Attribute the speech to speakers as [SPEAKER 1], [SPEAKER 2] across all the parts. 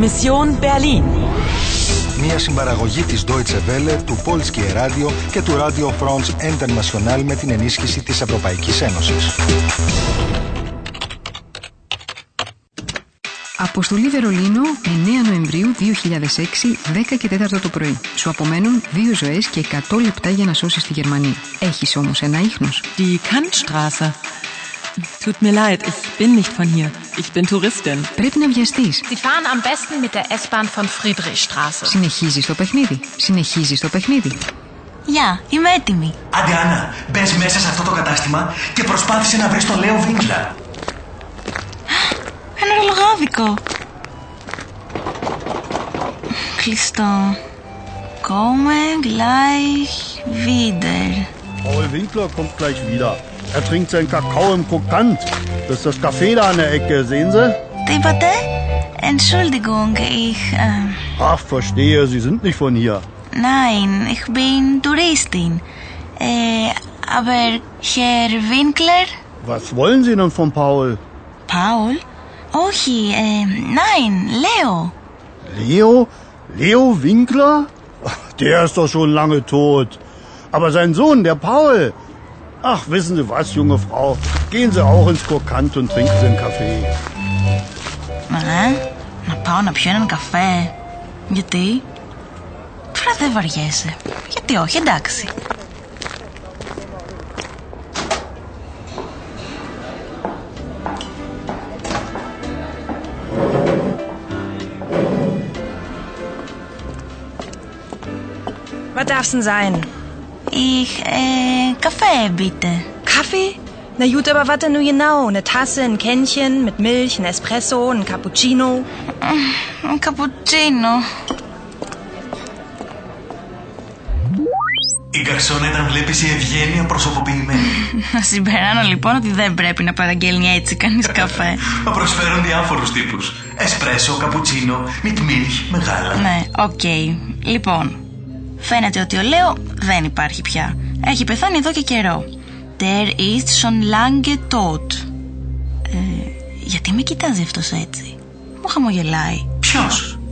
[SPEAKER 1] Mission Berlin.
[SPEAKER 2] Μια συμπαραγωγή της Deutsche Welle, του Polskie Radio και του Radio France International με την ενίσχυση της Ευρωπαϊκής Ένωσης.
[SPEAKER 3] Αποστολή Βερολίνο 9 Νοεμβρίου 2006, 10 και 4 το πρωί. Σου απομένουν 2 ζωές και 100 λεπτά για να σώσεις τη Γερμανία. Έχεις όμως ένα ίχνος.
[SPEAKER 4] Die Kantstraße. Tut mir leid, ich bin nicht von hier. Ich bin Touristin.
[SPEAKER 3] Πρέπει να βιαστείς.
[SPEAKER 5] Sie fahren am besten mit der S-Bahn von Friedrichstraße.
[SPEAKER 3] Συνεχίζει το παιχνίδι. Συνεχίζει το παιχνίδι.
[SPEAKER 6] Γεια, είμαι έτοιμη.
[SPEAKER 7] Άντε, Άννα, μπες μέσα σε αυτό το κατάστημα και προσπάθησε να βρεις τον Λέο Βίνκλα.
[SPEAKER 6] Ένα ρολογάδικο. Κλειστό. Kommen gleich wieder.
[SPEAKER 8] Paul Winkler kommt gleich wieder. Er trinkt seinen Kakao im Krokant. Das ist das Café da an der Ecke, sehen Sie?
[SPEAKER 6] Τι είπατε? Entschuldigung, ich... äh,
[SPEAKER 8] Ach, verstehe, Sie sind nicht von hier.
[SPEAKER 6] Nein, ich bin Touristin. Äh, aber Herr Winkler?
[SPEAKER 8] Was wollen Sie denn von Paul?
[SPEAKER 6] Paul? Όχι, ε, nein, Leo.
[SPEAKER 8] Leo? Leo Winkler? Ach, Der ist doch schon lange tot. Aber sein Sohn, der Paul. Ach, wissen Sie was, junge Frau? Gehen Sie auch ins Krokant und trinken Sie einen Kaffee.
[SPEAKER 6] Ε, να πάω να πιω έναν καφέ. Γιατί? Τώρα δεν βαριέσαι. Γιατί όχι, εντάξει.
[SPEAKER 9] Was darf's denn sein?
[SPEAKER 6] Ich, äh, Kaffee bitte.
[SPEAKER 9] Kaffee? Na gut, aber was denn nun genau? Eine Tasse, ein Kännchen mit Milch, ein Espresso, ein Cappuccino?
[SPEAKER 6] Ein Cappuccino.
[SPEAKER 7] Η γκαρσόνετα βλέπεις η ευγένεια προσωποποιημένη.
[SPEAKER 6] Να συμπεράνω λοιπόν ότι δεν πρέπει να παραγγέλνει έτσι κανείς καφέ.
[SPEAKER 7] Θα προσφέρουν διάφορους τύπους. Εσπρέσο, καπουτσίνο, μιτμίλχ, μεγάλα.
[SPEAKER 6] ναι, οκ. Λοιπόν, φαίνεται ότι ο Λέο δεν υπάρχει πια. Έχει πεθάνει εδώ και καιρό. Der ist schon lange tot. Ε, γιατί με κοιτάζει αυτός έτσι. Μου χαμογελάει.
[SPEAKER 7] Ποιος.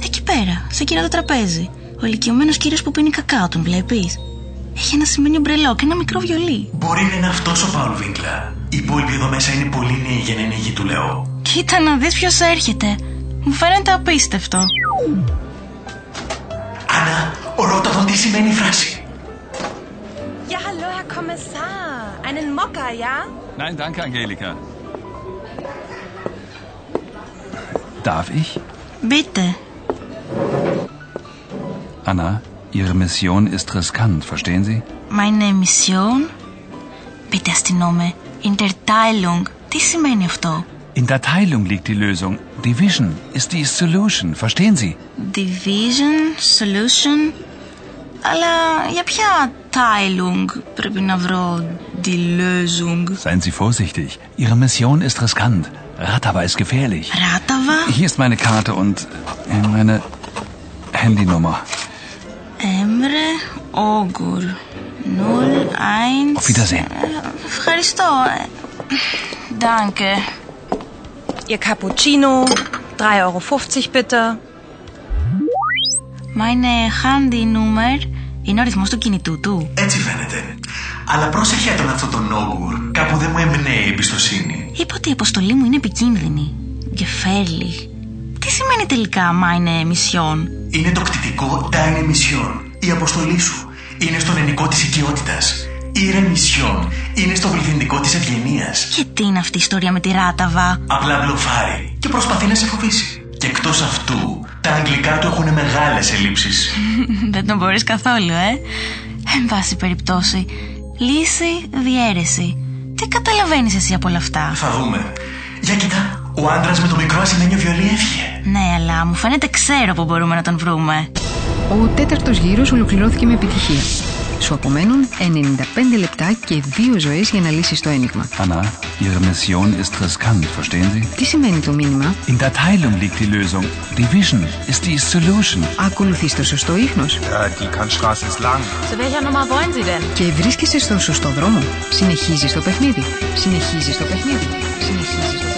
[SPEAKER 6] Εκεί πέρα, σε εκείνο το τραπέζι. Ο ηλικιωμένος κύριος που πίνει κακάο, τον βλέπεις. Έχει ένα σημαίνει μπρελό και ένα μικρό βιολί.
[SPEAKER 7] Μπορεί να είναι αυτός ο Πάουλ Βίνκλα. Οι υπόλοιποι εδώ μέσα είναι πολύ νέοι για να είναι γη του Λέο.
[SPEAKER 6] Κοίτα να δεις ποιος έρχεται. Μου φαίνεται απίστευτο.
[SPEAKER 7] Άννα, ρώτα τον τι σημαίνει η φράση.
[SPEAKER 9] Ja, hallo, Herr Kommissar. Einen Mocker, ja?
[SPEAKER 10] Nein, danke, Angelika. Darf ich?
[SPEAKER 6] Μπείτε.
[SPEAKER 10] Anna, Ihre Mission ist riskant, verstehen Sie?
[SPEAKER 6] Meine Mission. Πείτε αστυνόμε. Interteilung. Τι σημαίνει αυτό.
[SPEAKER 10] In der Teilung liegt die Lösung. Division ist die Solution, verstehen Sie?
[SPEAKER 6] Division, solution. Αλλά για ποια Teilung πρέπει να βρω die Lösung.
[SPEAKER 10] Seien Sie vorsichtig. Ihre Mission ist riskant. Rattaba ist gefährlich.
[SPEAKER 6] Ράταβα.
[SPEAKER 10] Hier ist meine Karte und äh, meine Handynummer.
[SPEAKER 6] Έμρε Όγκουρ. 0, 1.
[SPEAKER 10] Auf Wiedersehen.
[SPEAKER 6] Ευχαριστώ. Ε, Danke.
[SPEAKER 9] Ihr Cappuccino, 3,50 Euro bitte.
[SPEAKER 6] Meine Handynummer είναι ο αριθμός του κινητού του.
[SPEAKER 7] Έτσι φαίνεται. Αλλά πρόσεχε τον αυτόν τον Όγκουρ. Κάπου δεν μου εμπνέει η εμπιστοσύνη.
[SPEAKER 6] Είπα ότι η αποστολή μου είναι επικίνδυνη. Gefährlich. Τι σημαίνει τελικά meine Mission.
[SPEAKER 7] Είναι το κτητικό Deine Mission. Η αποστολή σου. Είναι στον ενικό της οικειότητας. Ihre Mission. Είναι στο πληθυντικό της ευγενίας.
[SPEAKER 6] Και τι είναι αυτή η ιστορία με τη ράταβα.
[SPEAKER 7] Απλά μπλοφάρει και προσπαθεί να σε φοβήσει. Και εκτός αυτού, τα αγγλικά του έχουν μεγάλες ελλείψεις.
[SPEAKER 6] Δεν τον μπορείς καθόλου, ε. Εν πάση περιπτώσει. Λύση, διαίρεση. Τι καταλαβαίνεις εσύ από όλα αυτά.
[SPEAKER 7] Θα δούμε. Για κοιτά, ο άντρας με το μικρό ασημένιο βιολί έφυγε.
[SPEAKER 6] Ναι, αλλά μου φαίνεται ξέρω που μπορούμε να τον βρούμε.
[SPEAKER 3] Ο τέταρτος γύρος ολοκληρώθηκε με επιτυχία. Σου απομένουν 95 λεπτά και 2 ζωές για να λύσεις το ένιγμα.
[SPEAKER 10] Anna, Ihre Mission ist riskant, verstehen Sie?
[SPEAKER 3] Τι σημαίνει το μήνυμα,
[SPEAKER 10] In der Teilung liegt die Lösung. Division ist die Solution.
[SPEAKER 3] ακολουθείς το σωστό ίχνος
[SPEAKER 11] die Kantstraße ist lang.
[SPEAKER 5] Zu welcher Nummer wollen Sie denn?
[SPEAKER 3] και βρίσκεσαι στον σωστό δρόμο. Συνεχίζεις το παιχνίδι. Συνεχίζεις το παιχνίδι. Συνεχίζεις το παιχνίδι.